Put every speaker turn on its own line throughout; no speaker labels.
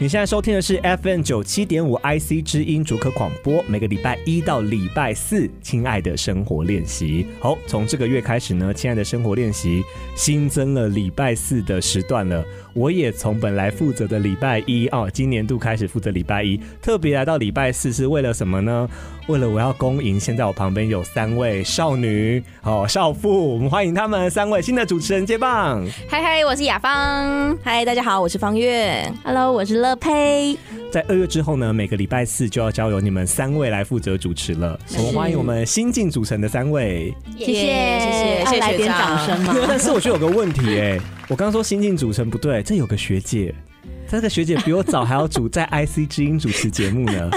你现在收听的是 FM 九七点五 IC 之音主科广播，每个礼拜一到礼拜四，《亲爱的生活练习》。好，从这个月开始呢，《亲爱的生活练习》新增了礼拜四的时段了。我也从本来负责的礼拜一哦，今年度开始负责礼拜一，特别来到礼拜四是为了什么呢？为了我要恭迎现在我旁边有三位少女哦少妇，我们欢迎他们三位新的主持人接棒。
嗨嗨，我是雅芳。
嗨，大家好，我是方月。
Hello，我是乐佩。
在二月之后呢，每个礼拜四就要交由你们三位来负责主持了。我们欢迎我们新进组成的三位。
谢谢
谢谢
要
谢谢
来
学
点掌
长
声 吗？
但是我觉得有个问题哎、我刚刚说新进组成不对，这有个学姐。这个学姐比我早还要主在 IC 之音主持节目呢，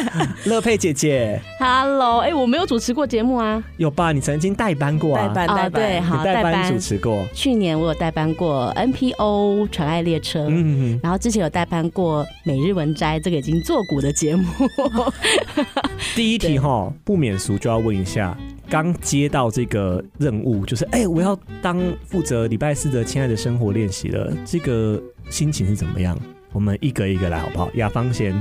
乐佩姐姐，
Hello，哎、我没有主持过节目啊。哦
有吧？你曾经代班过
代
啊，
班代
对，
班，
好，
你代班主持过，
去年我有代班过 NPO 纯爱列车。
嗯，
然后之前有代班过《每日文摘》这个已经做古的节目，
第一题哈，不免俗就要问一下，刚接到这个任务，就是哎、我要当负责礼拜四的《亲爱的生活练习》了，这个心情是怎么样？我们一个一个来好不好？雅芳先，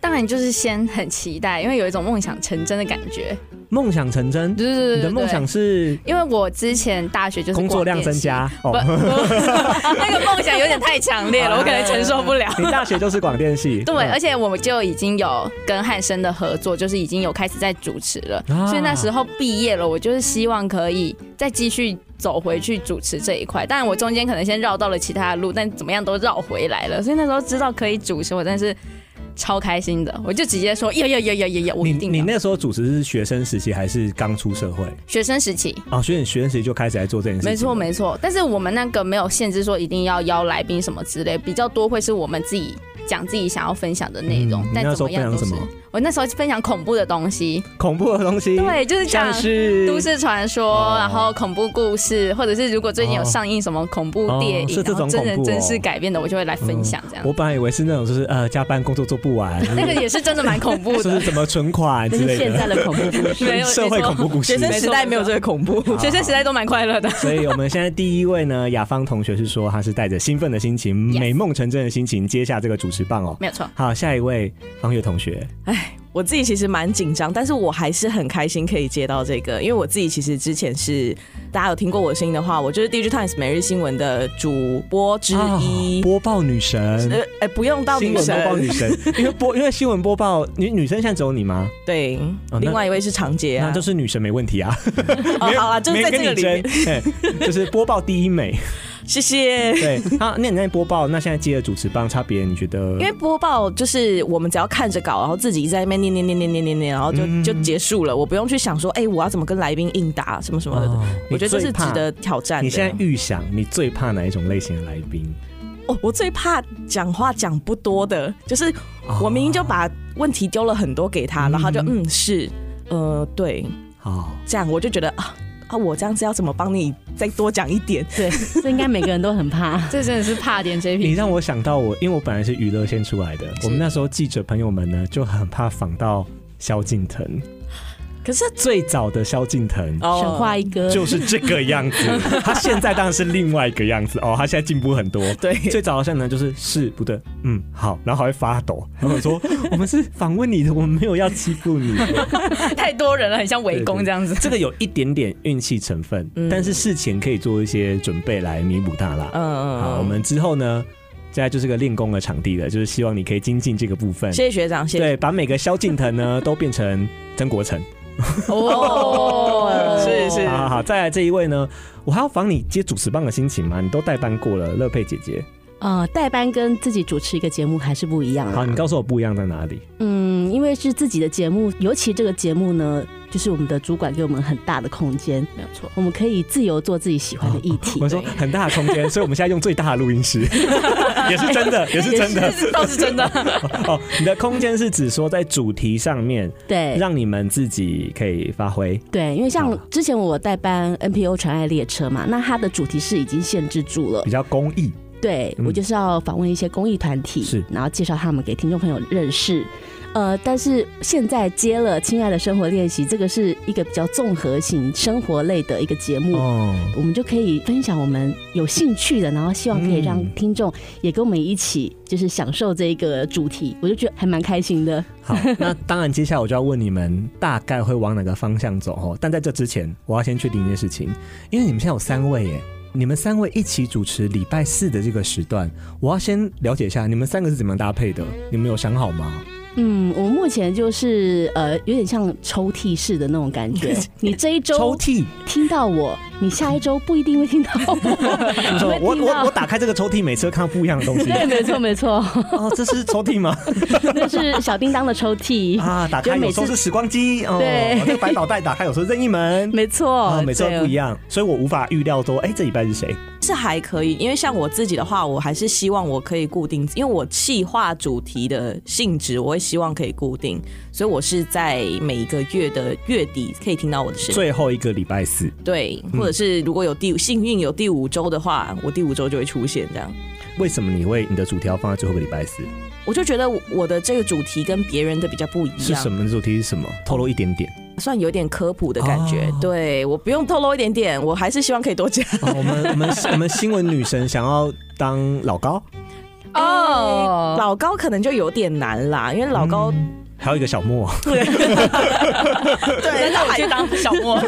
当然就是先很期待，因为有一种梦想成真的感觉。
梦想成真，
对对对
你的梦想，是
因为我之前大学就是
工作量增加
不，
哦。
那个梦想有点太强烈了，
啊
我可能承受不了。
你大学就是广电系，哦
对，而
且
且我们就已经有跟汉生的合作，就是已经有开始在主持了，
啊
所以那时候毕业了，我就是希望可以再继续走回去主持这一块。但我中间可能先绕到了其他的路，但怎么样都绕回来了，所以那时候知道可以主持，我真的是超开心的，我就直接说有有有有有有，我
你
一定
你
要。
那时候主持是学生时期还是刚出社会？
学生时期。
哦，学生学生时期就开始来做这件事情了，
没错没错，但是我们那个没有限制说一定要邀来宾什么之类，比较多会是我们自己讲自己想要分享的内容。
嗯你
但
那时
怎
候
么样
分
都
享
是
什么
我那时候分享恐怖的东西，
恐怖的东西，，
对，就是讲
嗯像是
都市传说
哦，
然后恐怖故事，或者是如果最近有上映什么恐怖
哦
电影，
是这
然后
种
真
恐
人
怖哦嗯
真事改编的，我就会来分享这样
我。本来以为是那种就是呃加班工作做不 完，
那个也是真的蛮恐怖
就
的
是，怎么存款
这
之
是
类
现在
的，
的恐怖故事。
没 有
社会
没错
恐怖哦故事
学。生时代没有这个恐怖。
学生时代都蛮快乐的。
所以我们现在第一位呢，雅芳同学是说他是带着兴奋的心情、
Yes
美梦成真的心情接下这个主持棒哦。
没有错，
好，下一位方月同学，
我自己其实蛮紧张，但是我还是很开心可以接到这个，因为我自己其实之前是大家有听过我的声音的话，我就是 DG Times 每日新闻的主播之一。
啊播报女神，
呃，哎，不用到
新
女
闻播报
神，
女神， 因为播因为新闻播报女女生现在只有你吗？
对，
哦那
另外一位是常杰啊，
那就是女神没问题啊，
哦，好了，就是
没
在
跟
这个
你
里
争
面，，
嘿就是播报第一美。
谢谢。
对，好，那你在播报，那现在接了主持棒差别，你觉得？
因为播报就是我们只要看着稿，然后自己在那边念念念念念念念，然后就
嗯
就结束了，我不用去想说，哎，我要怎么跟来宾应答什么什么的。
哦
我觉得这
你最
是值
怕
得挑战的。
你现在预想你最怕哪一种类型的来宾？
哦，我最怕讲话讲不多的，就是我明明就把问题丢了很多给他，
嗯
然后他就嗯是，呃对，
好，
这样我就觉得啊啊，我这样子要怎么帮你再多讲一点？
对，这应该每个人都很怕。
这真的是怕点
你
JP。
让我想到我，因为我本来是娱乐线出来的，我们那时候记者朋友们呢就很怕访到萧敬腾，
可是
最早的萧敬腾。
哦
神话一哥，
就是这个样 子，他现在当然是另外一个样子哦，他现在进步很 多。
对
最早好像呢就是是不对，嗯好，然后还会发抖， 然后我说我们是访问你的，我们没有要欺负你。
太多人了，很像围攻这样子。
这个有一点点运气成分，
嗯
但是事前可以做一些准备来弥补它啦。
嗯
好，我们之后呢，现在就是个练功的场地了，就是希望你可以精进这个部分。
谢谢学长，谢谢
对，把每个萧敬腾呢都变成曾国 成。
哦是是
好
哎
好好，再来这一位呢，我还要防你接主持棒的心情嘛？你都代班过了，乐佩姐姐。
呃，代班跟自己主持一个节目还是不一样
好，
啊。
你告诉我不一样在哪里？
嗯，因为是自己的节目，尤其这个节目呢，就是我们的主管给我们很大的空间，
没有错。
我们可以自由做自己喜欢的议
哦
题。
我说很大的空间， 所以我们现在用最大的录音室， 也是真 的，也是真的。
倒是 真的，
哦，你的空间是指说在主题上面
对
让你哦们自己可以发挥。
对，因为
好
像之前我代班 NPO 传爱列车嘛，那它的主题是已经限制住了
比。较公益，
对
嗯
我就是要访问一些公益团体，
是
然后介绍他们给听众朋友认识。呃，但是现在接了《亲爱的生活练习》，这个是一个比较综合型生活类的一个节目。
哦，
我们就可以分享我们有兴趣的，然后希望可以让
嗯
听众也跟我们一起，就是享受这个主题，我就觉得还蛮开心的。
好，那当然，接下来我就要问你们大概会往哪个方向走哦。但在这之前，我要先确定一件事情，因为你们现在有三位耶，你们三位一起主持礼拜四的这个时段，我要先了解一下你们三个是怎么样搭配的，你们有想好吗？
嗯，我目前就是呃，有点像抽屉式的那种感 觉。你这一
抽
周
屉，
听到我，你下一周不一定会听到 我。
你说我
听到
我我打开这个抽屉，每次都看到不一样的东 西。
对，没错 没错，
哦，这是抽 屉吗？
那是小叮当的抽屉。
啊，打开
就每
有时候
次
是时光机哦，
对
那个百宝袋打开有时候任意门。
没错，
啊，每次都
对，
不一样，所以我无法预料说，哎、这礼拜是谁？
是还可以，因为像我自己的话，我还是希望我可以固定，因为我企划主题的性质，我会希望可以固定，所以我是在每一个月的月底可以听到我的声音，
最后一个礼拜四，
对，
嗯
或者是如果有第幸运有第五周的话，我第五周就会出现这样。
为什么你会你的主题要放在最后一个礼拜四？
我就觉得我的这个主题跟别人的比较不一
是
样
什，么主题？是什么？透露一点点。
算有点科普的感觉。
哦
对我不用透露一点点，我还是希望可以多讲。
哦、我们我们我们新闻女神想要当老高，
哦，
老高可能就有点难啦，因为老高、
还有一个小莫，
对，那我去当小莫。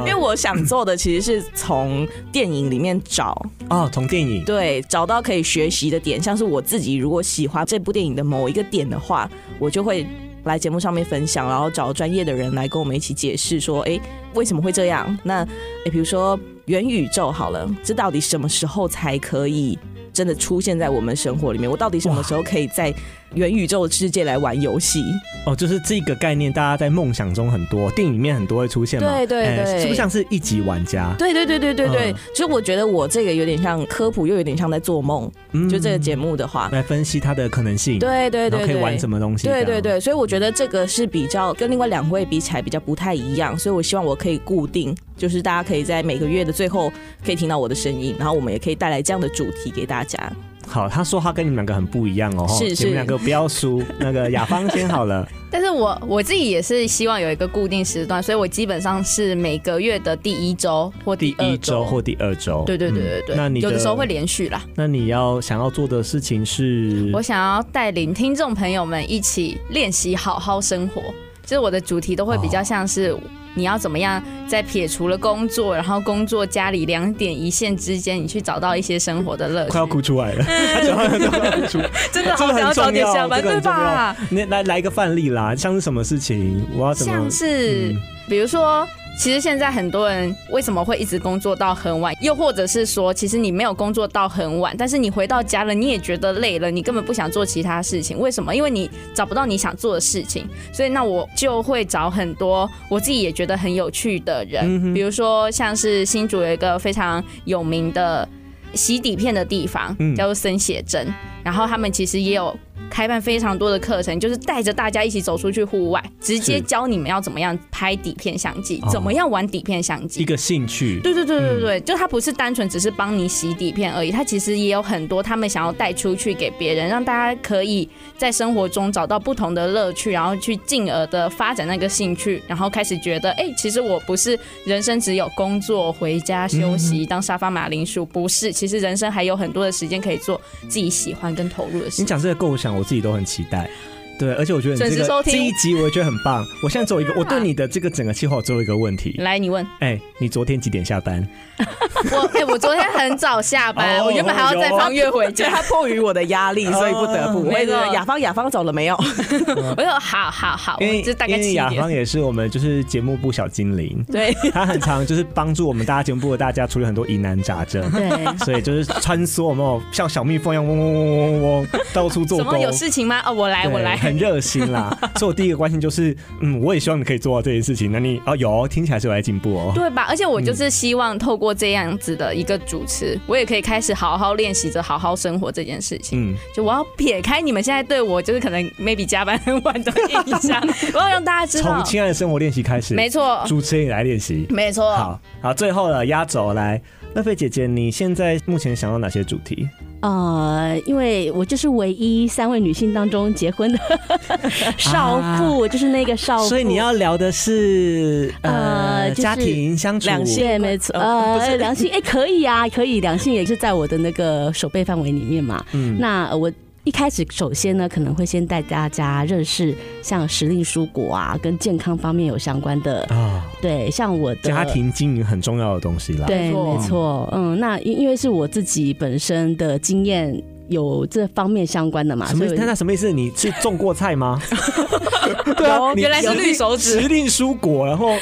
因为
啊
我想做的其实是从电影里面找，
哦，从电影
对，找到可以学习的点，像是我自己如果喜欢这部电影的某一个点的话，我就会来节目上面分享，然后找专业的人来跟我们一起解释说，哎，为什么会这样？那哎，比如说元宇宙好了，这到底什么时候才可以？真的出现在我们生活里面，我到底什么时候可以在元宇宙世界来玩游戏？
哦，就是这个概念，大家在梦想中很多，电影里面很多会出现嘛。
对对
哎
对
是不是像是一级玩家？
对对对对对对，
嗯
其实我觉得我这个有点像科普，又有点像在做梦。
嗯
就这个节目的话，
来分析它的可能性，
对对
然
对
后可以玩
对。
什么东西？
对
这
对
样
对，所以我觉得这个是比较跟另外两位比起来比较不太一样，所以我希望我可以固定，就是大家可以在每个月的最后可以听到我的声音，然后我们也可以带来这样的主题给大家。
好，他说他跟你们两个很不一样哦，吼
是
你
是
们两个不要输。那个雅芳先好了，
但是我我自己也是希望有一个固定时段，所以我基本上是每个月的第一周或
第
二
一周或第二周，
对对对对
嗯
对，
那你
有的时候会，连续啦。
那你要想要做的事情是，
我想要带领听众朋友们一起练习好好生活，就是我的主题都会比较像是你要怎么样在撇除了工作，然后工作家里两点一线之间，你去找到一些生活的乐趣
快。要哭出来了，他讲话都快要哭出来。
真的
好想要早点下班这个很重要这个很重要
吧？
你来来一个范例啦，像是什么事情，我要怎么
像是、
嗯
比如说，其实现在很多人为什么会一直工作到很晚，又或者是说，其实你没有工作到很晚，但是你回到家了，你也觉得累了，你根本不想做其他事情，为什么？因为你找不到你想做的事情，所以那我就会找很多我自己也觉得很有趣的人，
嗯哼
比如说像是新竹有一个非常有名的洗底片的地方
嗯，
叫做森写真，然后他们其实也有开办非常多的课程，就是带着大家一起走出去户外，直接
是
教你们要怎么样拍底片相机
哦，
怎么样玩底片相
一
机。
个嗯兴趣？
对对对对对，就它不是单纯只是帮你洗底片而已，它其实也有很多他们想要带出去给别人，让大家可以在生活中找到不同的乐趣，然后去进而的发展那个兴趣，然后开始觉得，哎、其实我不是人生只有工作、回家休
嗯
息、当沙发马铃薯，不是，其实人生还有很多的时间可以做自己喜欢跟投入的
你
事情。
讲这个构想，我自己都很期待。对，而且我觉得你这
准时
个
收
这
听
一集我也觉得很棒。我现在只有一个，我对
啊
你的这个整个计划，我只有一个问题。
来，你问
哎、你昨天几点下班？
我，哎、我昨天很早下班，
哦
我原本还要再放月回
就
家，
他迫于我的压力，所以不得不。
哦
我也
没
觉得
错
雅芳，雅芳走了没有？
我就好好好，
因为
我就大概
因为
七
雅
点
芳。也是我们就是节目部小精 灵，
对，
她很常就是帮助我们大家节目部的大家处理很多疑难杂症
对，
所以就是穿梭我们像小蜜蜂一样嗡嗡嗡嗡嗡嗡到处 做
什么
工。
有事情吗？哦，我来，
对
我来。
很热心啦。所以我第一个关心就是，嗯，我也希望你可以做到这件事情。那你哦，有哦听起来是有在进步哦。
对吧？而且我就是希望透过这样子的一个主持，我也可以开始好好练习着好好生活这件事情。
嗯，
就我要撇开你们现在对我就是可能 maybe 加班很晚的印象，我要让大家知
从
道，
亲爱的生活练习开始，
没错，
主持人也来练习。
没错。
好好，最后了，压轴来，乐菲姐姐，你现在目前想要哪些主题？
呃，因为我就是唯一三位女性当中结婚的少妇，我就是那个少妇。
啊所以你要聊的是
哦呃
呃
就是
家庭相处，
两性
对，没错，
哦不是
呃，良性哎、可以啊，可以，良性也是在我的那个手背范围里面嘛。
嗯
那呃我一开始首先呢，可能会先带大家认识像时令蔬果啊，跟健康方面有相关的，
啊，
对，像我的
家。庭经营很重要的东西啦。
对，
没错
没错，嗯，那因因为是我自己本身的经验有这方面相关的嘛，
什么
啊所
意
以
思？
我，
那那什么意思？你是种过菜吗？对啊，
哦
有
你
原来是
时令
绿手指
时令蔬果，然后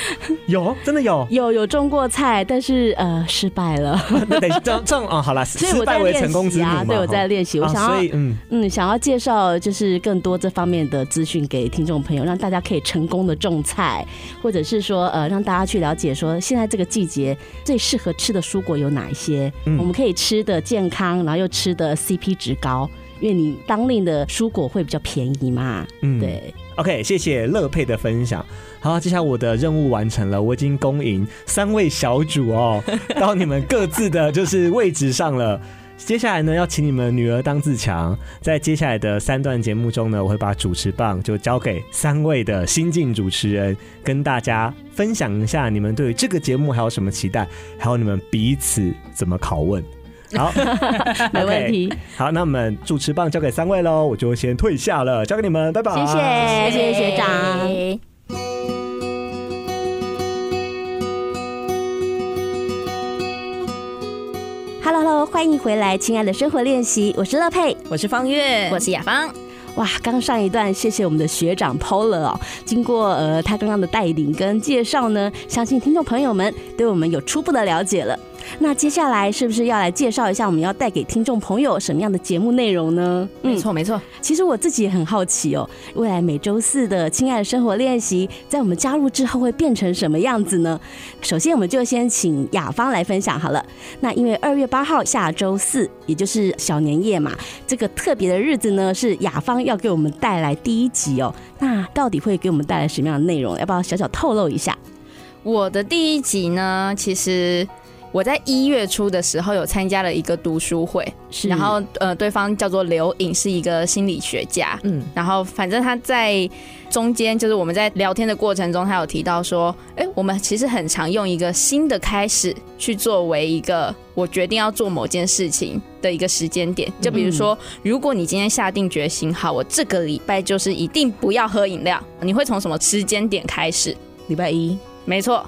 有真的有
有有种过菜，但是呃失败了，
那等这样这样啊，好啦，
所以我
失
在
败为
练
成功之
习
母
啊
嘛，。
对，我在
哈
练习，我
啊
想要、
所以嗯，
嗯，想要介绍就是更多这方面的资讯给听众朋友，让大家可以成功的种菜，或者是说呃，让大家去了解说现在这个季节最适合吃的蔬果有哪一些，
嗯
我们可以吃的健康，然后又吃的 CP 值高，因为你当令的蔬果会比较便宜嘛，
嗯
对，
OK，谢谢乐佩的分享。好，接下来我的任务完成了，我已经恭迎三位小主哦，到你们各自的就是位置上了。接下来呢，要请你们女儿当自强。在接下来的三段节目中呢，我会把主持棒就交给三位的新晋主持人，跟大家分享一下你们对于这个节目还有什么期待，还有你们彼此怎么拷问。好，
没问
OK。
题。
好，那我们主持棒交给三位喽，我就先退下了，交给你们，拜拜。
谢谢，谢谢学长。Hello Hello，欢迎回来，亲爱的生活练习，我是乐佩。
我是方月，
我是雅芳，
哇，刚上一段谢谢我们的学长 Polar 哦，经过呃他刚刚的带领跟介绍呢，相信听众朋友们对我们有初步的了解了。那接下来是不是要来介绍一下我们要带给听众朋友什么样的节目内容呢？
没，错没错，
其实我自己也很好奇哦，未来每周四的《亲爱的生活练习》在我们加入之后会变成什么样子呢？首先，我们就先请雅芳来分享好了。那因为二月八号下周四，也就是小年夜嘛，这个特别的日子呢，是雅芳要给我们带来第一集哦。那到底会给我们带来什么样的内容？要不要小小透露一下？
我的第一集呢，其实我在一月初的时候有参加了一个读书会，
是
然后呃，对方叫做刘颖，是一个心理学家。
嗯，
然后反正他在中间，就是我们在聊天的过程中，他有提到说，哎，我们其实很常用一个新的开始去作为一个我决定要做某件事情的一个时间点。就比如说，如果你今天下定决心，好，我这个礼拜就是一定不要喝饮料，你会从什么时间点开始？
礼拜一，
没错，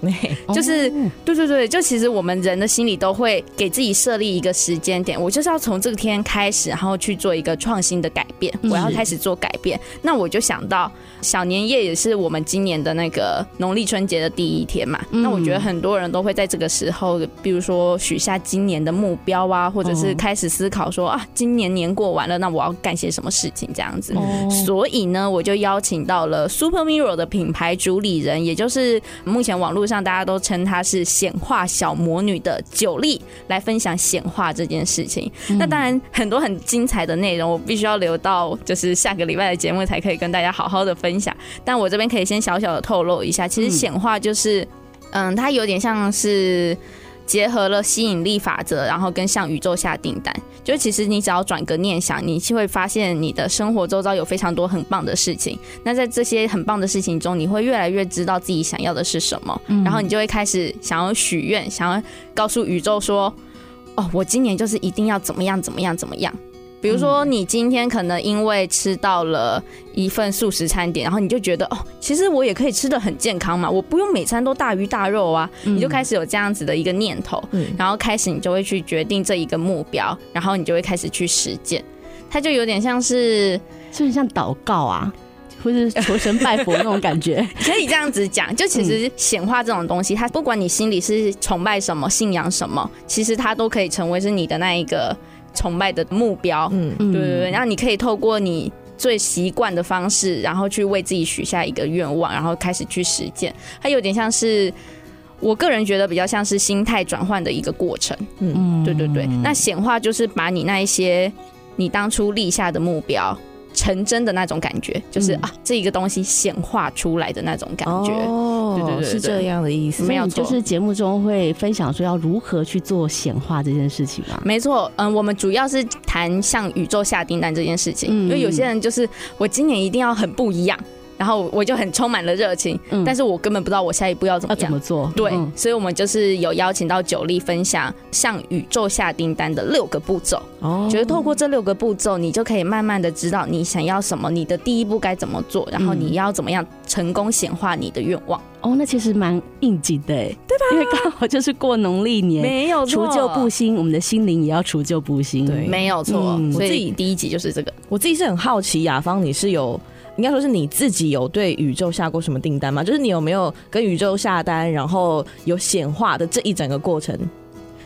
就是
哦
对对对，就其实我们人的心里都会给自己设立一个时间点，我就是要从这天开始，然后去做一个创新的改变，
嗯
我要开始做改变。那我就想到小年夜也是我们今年的那个农历春节的第一天嘛，
嗯
那我觉得很多人都会在这个时候，比如说许下今年的目标啊，或者是
哦
开始思考说啊，今年年过完了，那我要干些什么事情这样子。
哦
所以呢，我就邀请到了 Super Mirror 的品牌主理人，也就是目前网络上大家都称她是显化小魔女的九莉，来分享显化这件事情。
嗯
那当然，很多很精彩的内容，我必须要留到就是下个礼拜的节目才可以跟大家好好的分享。但我这边可以先小小的透露一下，其实显化就是，嗯，它有点像是。结合了吸引力法则，然后跟向宇宙下订单，就其实你只要转个念想，你就会发现你的生活周遭有非常多很棒的事情。那在这些很棒的事情中，你会越来越知道自己想要的是什么，
嗯
然后你就会开始想要许愿，想要告诉宇宙说：“哦，我今年就是一定要怎么样怎么样怎么样。”比如说，你今天可能因为吃到了一份素食餐点，然后你就觉得哦，其实我也可以吃的很健康嘛，我不用每餐都大鱼大肉啊，你
嗯
就开始有这样子的一个念头。
嗯，
然后开始你就会去决定这一个目标，然后你就会开始去实践。它就有点像是
就很像祷告啊，或是求神拜佛那种感觉。
可以这样子讲，就其
嗯
实显化这种东西，它不管你心里是崇拜什么、信仰什么，其实它都可以成为是你的那一个崇拜的目标。
嗯，
对
对对对，然后你可以透过你最习惯的方式，然后去为自己许下一个愿望，然后开始去实践。它有点像是。我个人觉得比较像是心态转换的一个过程，
嗯
对对对。那显化就是把你那一些你当初立下的目标成真的那种感觉，就是、
嗯
啊，这一个东西显化出来的那种感觉。
哦
对对
哦，
对
是
对
这样的意思。
没有
所以你就
错
是节目中会分享说要如何去做显化这件事情嘛？
没错，嗯，我们主要是谈向宇宙下订单这件事情，
嗯
因为有些人就是我今年一定要很不一样，然后我就很充满了热情，
嗯
但是我根本不知道我下一步要怎
要
么
怎
样。
么做？
对，
嗯
所以我们就是有邀请到九力分享向宇宙下订单的六个步骤，
哦
觉得透过这六个步骤，你就可以慢慢的知道你想要什么，你的第一步该怎么做，然后
嗯
你要怎么样成功显化你的愿望。
哦，那其实蛮应景的耶，对吧？因为刚好就是过农历年，
没有
除旧布
新，
新，我们的心灵也要除旧布新。
对
没有错
嗯。
所
我自
以
己
第一集就是这个。
我自己是很好奇，雅芳，你是有应该说是你自己有对宇宙下过什么订单吗？就是你有没有跟宇宙下单，然后有显化的这一整个过程？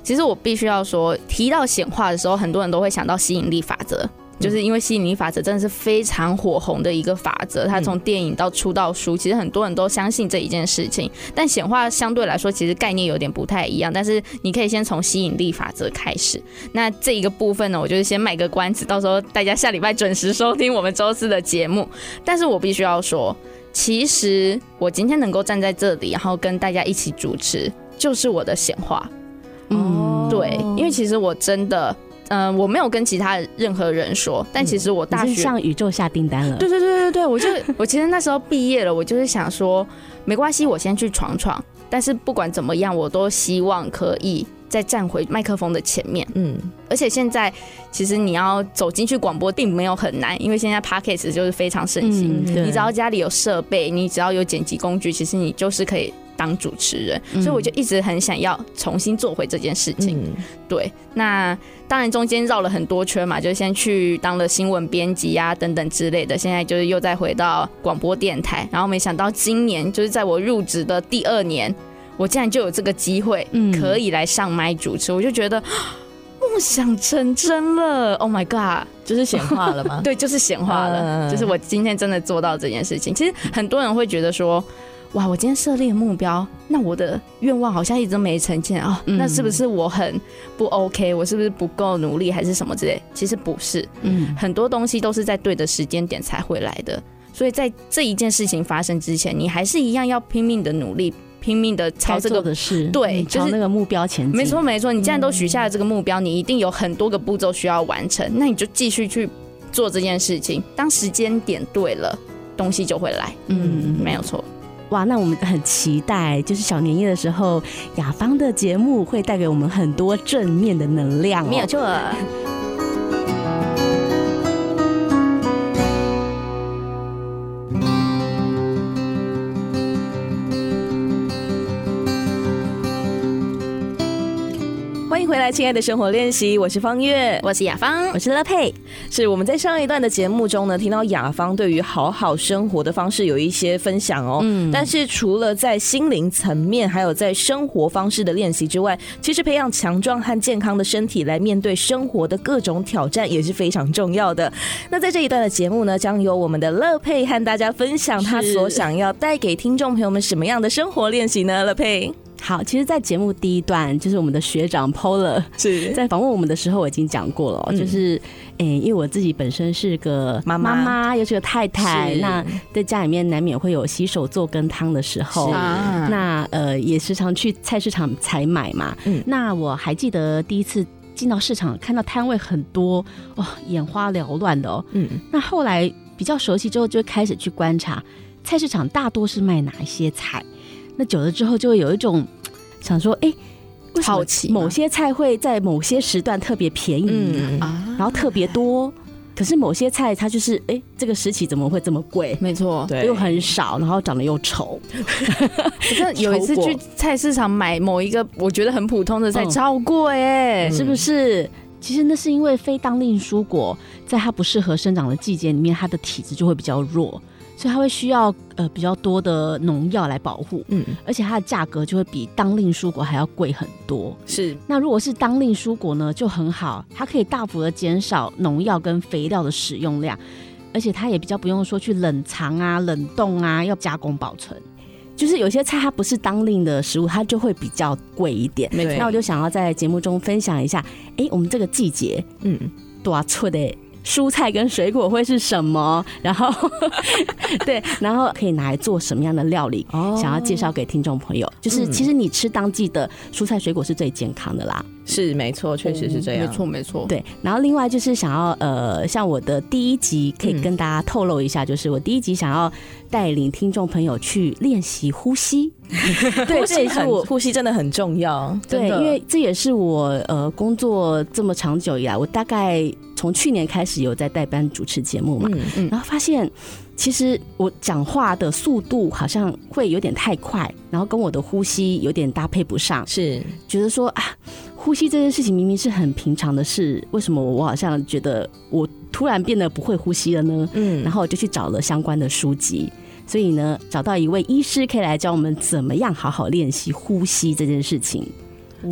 其实我必须要说，提到显化的时候，很多人都会想到吸引力法则，就是因为吸引力法则真的是非常火红的一个法则，它从电影到出道书，其实很多人都相信这一件事情。但显化相对来说，其实概念有点不太一样，但是你可以先从吸引力法则开始。那这一个部分呢，我就是先卖个关子，到时候大家下礼拜准时收听我们周四的节目。但是我必须要说，其实我今天能够站在这里，然后跟大家一起主持，就是我的显化。
嗯，
哦对，因为其实我真的，嗯、我没有跟其他任何人说，但其实我大
嗯你
学
是，向宇宙下订单了。
对对对对对，我就 我其实那时候毕业了，我就是想说，没关系，我先去闯闯，但是不管怎么样，我都希望可以再站回麦克风的前面。
嗯，
而且现在其实你要走进去广播并没有很难，因为现在 podcast 就是非常盛行，
嗯，对
你只要家里有设备，你只要有剪辑工具，其实你就是可以当主持人。
嗯
所以我就一直很想要重新做回这件事情。
嗯
对，那当然中间绕了很多圈嘛，就先去当了新闻编辑啊等等之类的，现在就是又再回到广播电台，然后没想到今年就是在我入职的第二年，我竟然就有这个机会，
嗯
可以来上麦主持，我就觉得。 梦想成真了，Oh my god！
就是显化了 吗？
对，就是显化了，
嗯
就是我今天真的做到这件事情。其实很多人会觉得说，哇，我今天设立的目标，那我的愿望好像一直没成见啊、
嗯
那是不是我很不 OK？我是不是不够努力，还是什么之类？其实不是，
嗯
很多东西都是在对的时间点才会来的。所以在这一件事情发生之前，你还是一样要拼命的努力，拼命的朝
该
这
做
个
的事，
对
嗯
就
朝
是
那个目标前进。
没错，没错，你既然都许下了这个目标，你一定有很多个步骤需要完成，那你就继续去做这件事情。当时间点对了，东西就会来。嗯，没有错。
哇，那我们很期待，就是小年夜的时候，雅芳的节目会带给我们很多正面的能量、哦。
错。
欢迎回来，亲爱的生活练习，我是方月。
我是雅芳
我，是乐佩，
是我们在上一段的节目中呢，听到雅芳对于好好生活的方式有一些分享哦。
嗯
但是除了在心灵层面，还有在生活方式的练习之外，其实培养强壮和健康的身体来面对生活的各种挑战也是非常重要的。那在这一段的节目呢，将由我们的乐佩和大家分享她
是
所想要带给听众朋友们什么样的生活练习呢？乐佩
好，其实，在节目第一段，就是我们的学长 Polar
是
在访问我们的时候，我已经讲过了哦、
嗯
就是，诶、因为我自己本身是个
妈妈
妈妈，又是个太太，
是
那在家里面难免会有洗手做羹汤的时候
是。
啊
那呃，也时常去菜市场采买嘛。
嗯
那我还记得第一次进到市场，看到摊位很多，哇、眼花缭乱的哦。
嗯
那后来比较熟悉之后，就会开始去观察菜市场大多是卖哪一些菜。那久了之后，就会有一种嘖想说，哎、为什么
好奇吗
某些菜会在某些时段特别便宜，
嗯
啊，
然后特别多，可是某些菜它就是，哎、这个时期怎么会这么贵？
没错。
对
又很少，然后长得又丑，
我真的有一次
超过
去菜市场买某一个我觉得很普通的菜，
嗯
超贵哎。
是不是？其实那是因为非当令蔬果在它不适合生长的季节里面，它的体质就会比较弱，所以它会需要呃比较多的农药来保护。
嗯
而且它的价格就会比当令蔬果还要贵很多。
是
那如果是当令蔬果呢，就很好，它可以大幅的减少农药跟肥料的使用量，而且它也比较不用说去冷藏啊、冷冻啊，要加工保存。就是有些菜它不是当令的食物，它就会比较贵一点。
没错
那我就想要在节目中分享一下，诶，我们这个季节
嗯
多出的蔬菜跟水果会是什么， 然后对，然后可以拿来做什么样的料理，
哦嗯
想要介绍给听众朋友。就是其实你吃当季的蔬菜水果是最健康的啦。
是没错，确实
嗯
是这样，
没错没
哦
错。
对，然后另外就是想要呃，像我的第一集可以跟大家透露一
嗯
下，就是我第一集想要带领听众朋友去练习呼 吸，对，
呼
这也
吸
是
很
我。
呼吸真的很重要，
对，
真的
因为这也是我呃工作这么长久以来，我大概从去年开始有在代班主持节目嘛，
嗯，
然后发现其实我讲话的速度好像会有点太快，然后跟我的呼吸有点搭配不上，
是
觉得说啊，呼吸这件事情明明是很平常的事，为什么我好像觉得我突然变得不会呼吸了呢？
嗯，
然后我就去找了相关的书籍，所以呢，找到一位医师可以来教我们怎么样好好练习呼吸这件事情。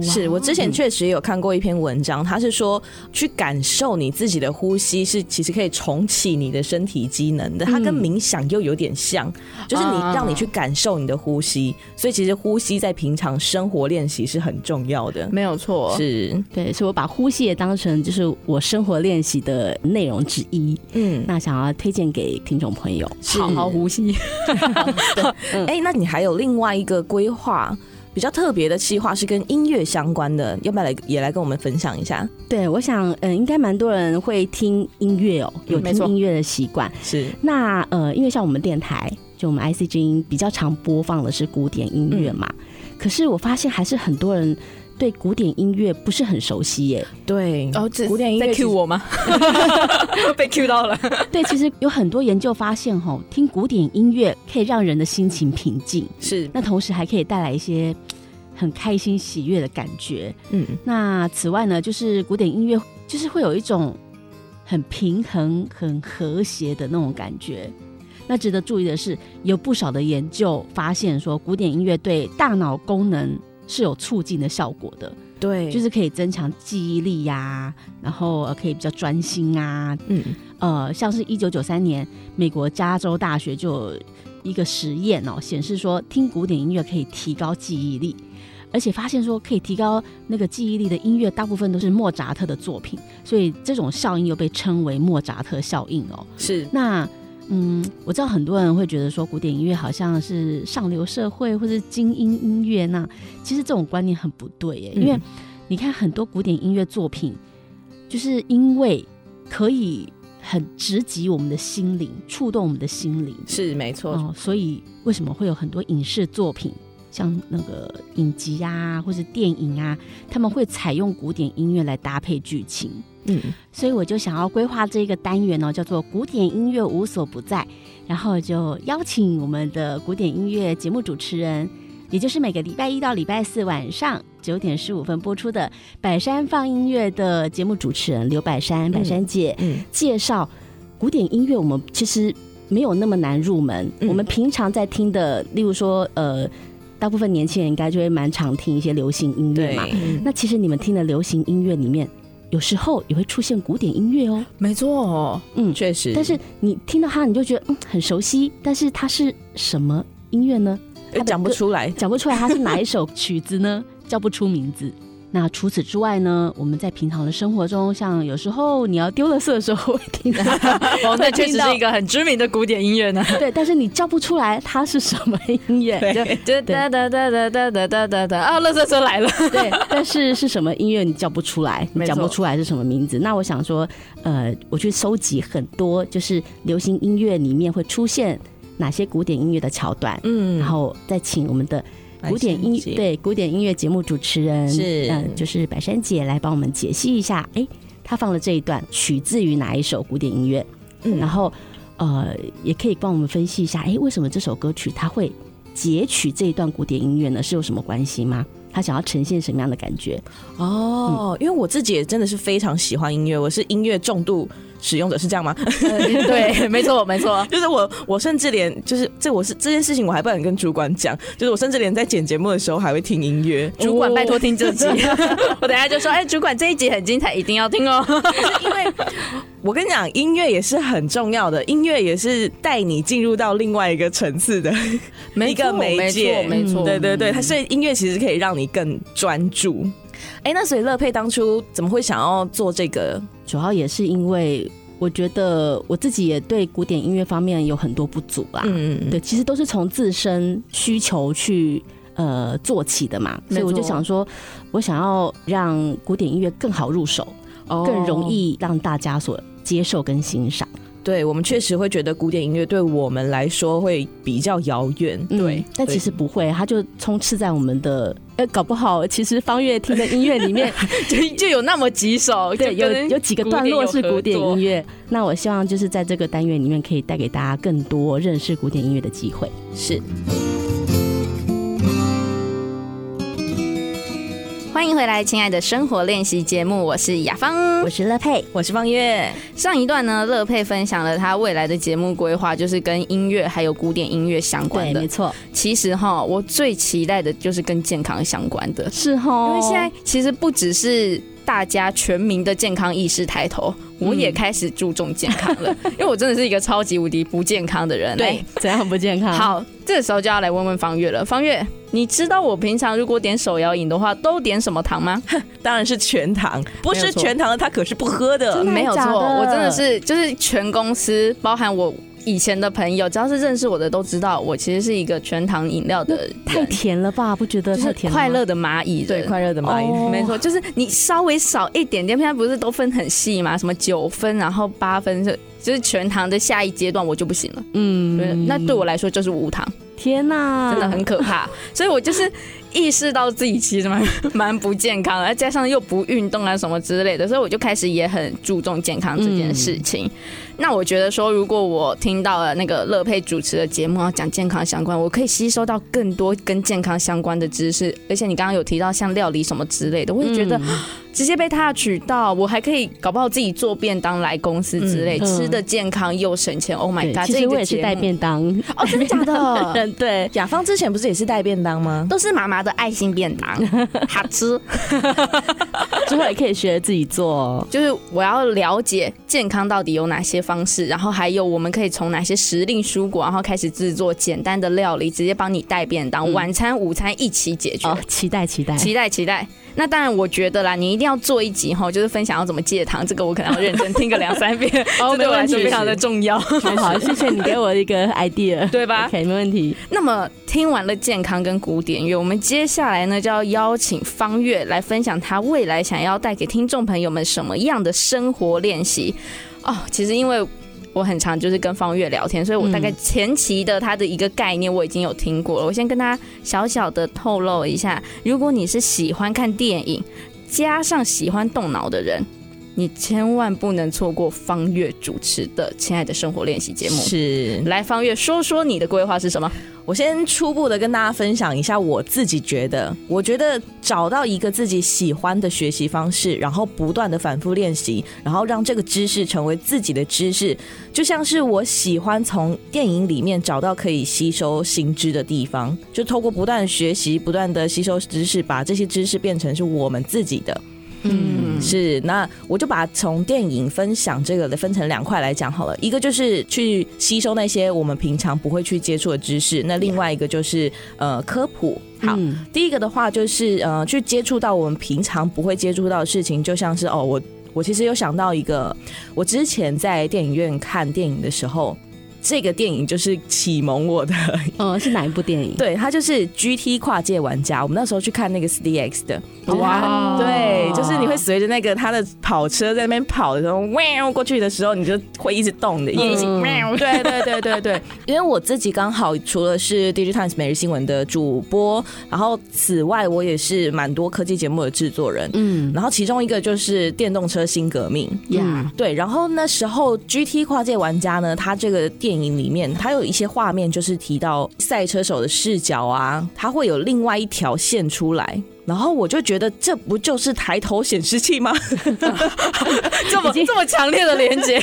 是我之
嗯
前确实有看过一篇文章，它是说去感受你自己的呼吸是其实可以重启你的身体机能的，它跟
嗯
冥想又有点像，就是你
啊
让你去感受你的呼吸，所以其实呼吸在平常生活练习是很重要的。
没有错，
是，
对，所以我把呼吸也当成就是我生活练习的内容之一，
嗯，
那想要推荐给听众朋友。
好好呼吸。
哎、那你还有另外一个规划比较特别的计划是跟音乐相关的，要不要来也来跟我们分享一下？
对，我想，嗯、应该蛮多人会听音乐哦，有
嗯没错
听音乐的习惯。
是，
那呃，因为像我们电台，就我们 IC 之音比较常播放的是古典音乐嘛，
嗯
可是我发现还是很多人对古典音乐不是很熟 悉耶。
对，
哦，这
古典音乐
在
其实
Q 我 吗？被 Q 到了。
对，其实有很多研究发现，吼，听古典音乐可以让人的心情平静，
是，
那同时还可以带来一些。嘖很开心喜悦的感觉。
嗯，
那此外呢，就是古典音乐，就是会有一种很平衡、很和谐的那种感觉。那值得注意的是，有不少的研究发现说，古典音乐对大脑功能是有促进的效果的，
对，
就是可以增强记忆力呀、然后呃可以比较专心啊。
嗯，
呃，像是一九九三年，美国加州大学就有一个实验哦，显示说听古典音乐可以提高记忆力。而且发现说，可以提高那个记忆力的音乐，大部分都是莫扎特的作品，所以这种效应又被称为莫扎特效应哦。
是，
那嗯，我知道很多人会觉得说古典音乐好像是上流社会或是精英音乐那，其实这种观念很不对耶，
嗯
因为你看很多古典音乐作品，就是因为可以很直击我们的心灵，触动我们的心灵，
是没错，
哦，所以为什么会有很多影视作品，像那个影集啊，或是电影啊，他们会采用古典音乐来搭配剧情。
嗯，
所以我就想要规划这个单元呢、叫做“古典音乐无所不在”，然后就邀请我们的古典音乐节目主持人，也就是每个礼拜一到礼拜四晚上九点十五分播出的《百山放音乐》的节目主持人刘百山，百山姐、
嗯
介绍古典音乐，我们其实没有那么难入门。
嗯
我们平常在听的，例如说，呃，大部分年轻人应该就会蛮常听一些流行音乐
对嗯
嘛。那其实你们听的流行音乐里面，有时候也会出现古典音乐哦。
没错哦，
嗯，
确实，
但是你听到它，你就觉得嗯很熟悉，但是它是什么音乐呢？
呃讲不 出来。
讲不出来它是哪一首曲子呢？叫不出名字。 那除此之外呢？我们在平常的生活中，像有时候你要丢垃圾的时候会听到，
哦， 那确
听
实
到
是一个很知名的古典音乐呢。
对，但是你叫不出来它是什么音 乐，
就就哒哒哒哒哒哒哒哒哒啊，垃圾车 来了。
对， 但是是什么音乐你叫不出来，你
没错
讲不出来是什么名字。那我想说，呃，我去收集很多就是流行音乐里面会出现哪些古典音乐的桥段，
嗯
然后再请我们的
来
古典音
解
对古典音乐节目主持人
是
嗯、就是百山姐来帮我们解析一下，哎，她放了这一段取自于哪一首古典音乐，
嗯
然后呃，也可以帮我们分析一下，哎，为什么这首歌曲它会截取这一段古典音乐呢？是有什么关系吗？他想要呈现什么样的感觉？
哦，因为我自己也真的是非常喜欢音乐，我是音乐重度使用者，是这样吗？
嗯对，没错没错。
就是我，我甚至连就是这我是这件事情，我还不敢跟主管讲，就是我甚至连在剪节目的时候还会听音乐。
主管拜托听这集， 我等一下就说，哎，主管这一集很精彩，一定要听哦。
因为我跟你讲，音乐也是很重要的，音乐也是带你进入到另外一个层次的一个媒介。嗯
没错，没错
对对对，它所以音乐其实可以让你更专注。哎、那所以乐佩当初怎么会想要做这个？
主要也是因为我觉得我自己也对古典音乐方面有很多不足啊啦。
嗯嗯，
对，其实都是从自身需求去呃做起的嘛，所以我就
没错
想说，我想要让古典音乐更好入手，
哦
更容。易让大家所接受跟欣赏。
对我们确实会觉得古典音乐对我们来说会比较遥远。
嗯
嗯
对，但其实不会，它就充斥在我们的。呃，搞不好其实方月听的音乐里 面，
就就有那么几首，
对，
就
有
跟
有几个段落是古典音乐。那我希望就是在这个单元里面，可以带给大家更多认识古典音乐的机会。
是，
欢迎回来，亲爱的生活练习节目，我是雅芳，
我是乐佩，
我是方月。
上一段呢，乐佩分享了她未来的节目规划，就是跟音乐还有古典音乐相关
对，
的
没。错，
其实哈，我最期待的就是跟健康相关的，
是哦
因为现在其实不只是大家全民的健康意识抬头，我也开始注重健康了， 因为我真的是一个超级无敌不健康的人。
对，
怎样不健康？
来，，好，这时候就要来问问方月了。方月，你知道我平常如果点手摇饮的话，都点什么糖吗？
当然是全糖，不
没
是
有错
全糖的，他可是不喝 的。
真的
没有
假
错，
的
我真的是就是全公司，包含我以前的朋友，只要是认识我的都知道，我其实是一个全糖饮料的人
太甜了吧？不觉得
就
太
是
甜了吗？
快乐的蚂蚁人。
对，快乐的蚂蚁。
哦
没错，就是你稍微少一点点，现在不是都分很细吗？什么九分，然后八分，就就是全糖的下一阶段我就不行了。
嗯
对，那对我来说就是无糖，
天哪，
真的很可 怕。所以我就是意识到自己其实蛮蛮不健康的，加上又不运动啊什么之类的，所以我就开始也很注重健康这件事
嗯
情。那我觉得说，如果我听到了那个乐佩主持的节目要讲健康相关，我可以吸收到更多跟健康相关的知识，而且你刚刚有提到像料理什么之类的，我也觉
嗯
得。哦直接被他取到，我还可以搞不好自己做便当来公司之类，
嗯嗯
吃的健康又省钱。Oh my
对
god！
其
这
实
一
我
个
也是
节
带
目
便当，
哦，真的假的？
嗯，对，
雅芳之前不是也是带便当 吗？
都是妈妈的爱心便 当，好吃。
之后也可以学自己做哦。
就是我要了解健康到底有哪些方式，然后还有我们可以从哪些时令蔬果，然后开始制作简单的料理，直接帮你带便当，
嗯
晚餐、午餐一起解决。
哦，期待期待，
期待期待。那当然，我觉得啦，你一定要做一集哈，就是分享要怎么戒糖，这个我可能要认真听个两三遍， 这对我来说非常的重 要。
好好，谢谢你给我一个 idea，
对吧
？OK，没问题。
那么听完了健康跟古典乐，我们接下来呢就要邀请方月来分享她未来想要带给听众朋友们什么样的生活练习哦。其实因为我很常就是跟方月聊天，所以我大概前期的她的一个概念我已经有听过了。我先跟大家小小的透露一下，如果你是喜欢看电影加上喜欢动脑的人。你千万不能错过方月主持的《亲爱的生活练习》节目。
是
来，方月说说你的规划是什么？
我先初步的跟大家分享一下我自己觉得，我觉得找到一个自己喜欢的学习方式，然后不断的反复练习，然后让这个知识成为自己的知识，就像是我喜欢从电影里面找到可以吸收新知的地方，就透过不断的学习，不断的吸收知识，把这些知识变成是我们自己的。
嗯，
是，那我就把从电影分享这个的分成两块来讲好了，一个就是去吸收那些我们平常不会去接触的知识，那另外一个就是呃科普。好，
嗯，
第一个的话就是呃去接触到我们平常不会接触到的事情，就像是哦我我其实有想到一个，我之前在电影院看电影的时候。这个电影就是启蒙我的，
呃，是哪一部电影？
对，它就是 GT 跨界玩家。我们那时候去看那个 CDX 的，
哇
对，
哦
就是你会随着那个他的跑车在那边跑的时候，喵过去的时候，你就会一直动的，也一直
嗯
喵。对对对对对，因为我自己刚好除了是 Digitimes 每日新闻的主播，然后此外我也是蛮多科技节目的制作人，
嗯，
然后其中一个就是电动车新革命。
呀，
对，然后那时候 GT 跨界玩家呢，他这个电影里面，他有一些画面就是提到赛车手的视角啊，他会有另外一条线出来。然后我就觉得这不就是抬头显示器吗？
这么
已经
这么强烈的连接，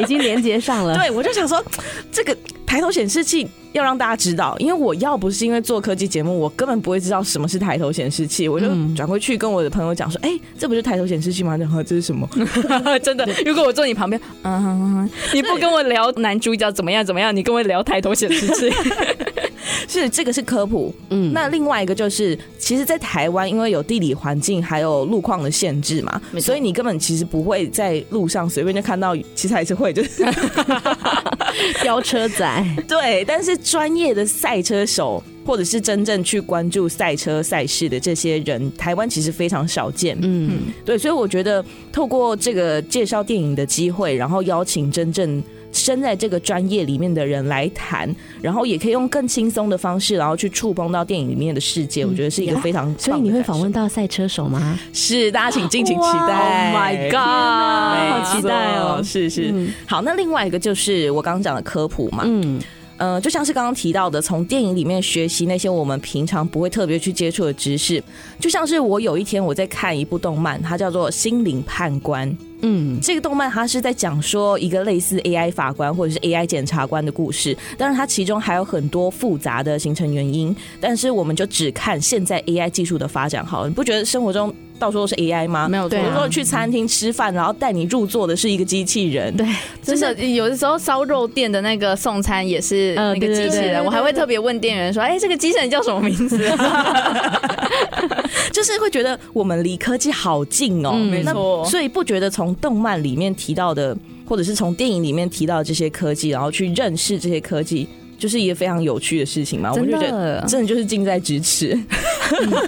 已经连接上了。
对，我就想说，这个抬头显示器要让大家知道，因为我要不是因为做科技节目，我根本不会知道什么是抬头显示器。我就
嗯
转过去跟我的朋友讲说，哎、这不是抬头显示器吗？然后这是什么？
真的。如果我坐你旁边，嗯嗯，你不跟我聊男主角怎么样怎么样，你跟我聊抬头显示器，
是这个是科普。
嗯，
那另外一个就是，其实，在台湾因为有地理环境还有路况的限制嘛，
没错
所以你根本其实不会在路上随便就看到，其实还是会就是
飙车仔，
对。但是专业的赛车手或者是真正去关注赛车赛事的这些人，台湾其实非常少见。
嗯，
对，所以我觉得透过这个介绍电影的机会，然后邀请真正身在这个专业里面的人来谈，然后也可以用更轻松的方式，然后去触碰到电影里面的世界，我觉得是一个非常棒的
所以你会
感受
访问到赛车手吗？
是大家请敬请期待。
哇 Oh my god，
没错
好期待哦
是是，
嗯
好，那另外一个就是我刚刚讲的科普嘛，
嗯，
呃，就像是刚刚提到的，从电影里面学习那些我们平常不会特别去接触的知识，就像是我有一天我在看一部动漫，它叫做《心灵判官》。
嗯，
这个动漫它是在讲说一个类似 AI 法官或者是 AI 检察官的故事，当然它其中还有很多复杂的形成原因，但是我们就只看现在 AI 技术的发展好了，你不觉得生活中到处都是 AI 吗？
没有错
比
对
如
啊
说去餐厅吃饭，然后带你入座的是一个机器人，
对，
真的，有的时候烧肉店的那个送餐也是
呃
那个机器
对对对
人，
对
我还会特别问店员说：“哎，这个机器人叫什么名 字
就是会觉得我们离科技好近哦。
嗯没
那
错
所以不觉得从动漫里面提到的，或者是从电影里面提到的这些科技，然后去认识这些科技，就是一个非常有趣的事情嘛。？”我就
真
觉得
的，
真的就是近在 咫尺。
嗯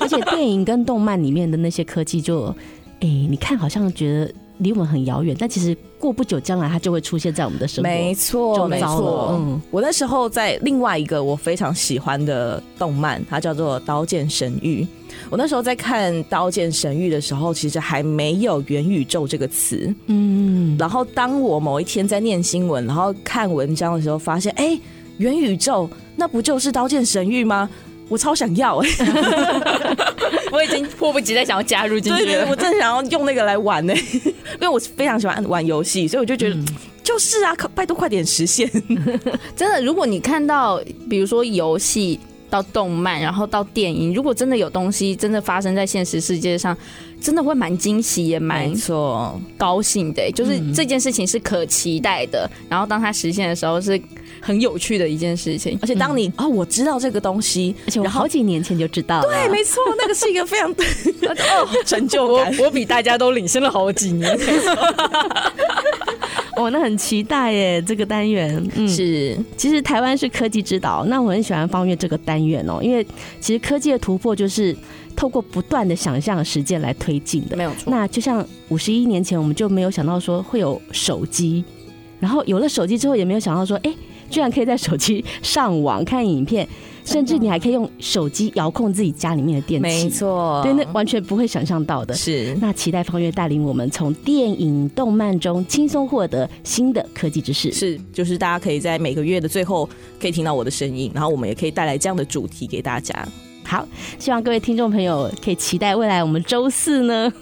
而且电影跟动漫里面的那些科技就，哎，你看好像觉得离我们很遥远，但其实过不久将来它就会出现在我们的生活
没错，
周
没
遭
错
了。嗯，
我那时候在另外一个我非常喜欢的动漫，它叫做《刀剑神域》。我那时候在看《刀剑神域》的时候，其实还没有“元宇宙”这个词。
嗯，
然后当我某一天在念新闻，然后看文章的时候，发现，哎、元宇宙那不就是《刀剑神域》吗？我超想要、哎，
我已经迫不及待想要加入进
对
去
对，
了。
我真的想要用那个来玩呢、哎 因为我非常喜欢玩游戏，所以我就觉得、就是啊，可拜托快点实现。
真的，如果你看到，比如说游戏到动漫，然后到电影，如果真的有东西真的发生在现实世界上，真的会蛮惊喜，也蛮
错，
高兴的、欸就是这件事情是可期待的，然后当它实现的时候，是很有趣的一件事情。
而且当你啊、我知道这个东西，
而且我
然后
好几年前就知道了，
对，哎没错，那个是一个非常 成就哦
我
感。
我比大家都领先了好几年，
哦，那很期待耶，这个单元，嗯，
是
其实台湾是科技之岛，那我很喜欢方月这个单元哦，因为其实科技的突破就是透过不断的想象实践来推进的。
没有 错。
那就像五十一年前，我们就没有想到说会有手机，然后有了手机之后，也没有想到说，哎、居然可以在手机上网看影 片，甚至你还可以用手机遥控自己家里面的电器，
没，错，
对，那完全不会想象到的。
是
那期待方月带领我们从电影、动漫中轻松获得新的科技知识。
是，就是大家可以在每个月的最后可以听到我的声音，然后我们也可以带来这样的主题给大家。
好，希望各位听众朋友可以期待未来我们周四呢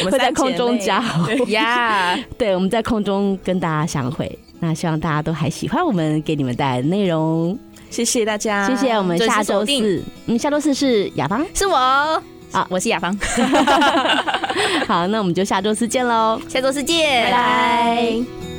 我
会
们
在
三姐妹
空中加好，
呀
对，我们在空中跟大家相会。那希望大家都还喜欢我们给你们带来的内容，
谢谢大家，
谢谢。我们
啊准时
下周
锁定
四，嗯，下周四是雅芳，
是我
啊
啊，我是雅 芳，
好，那我们就下周四见喽，
下周四见，
拜拜。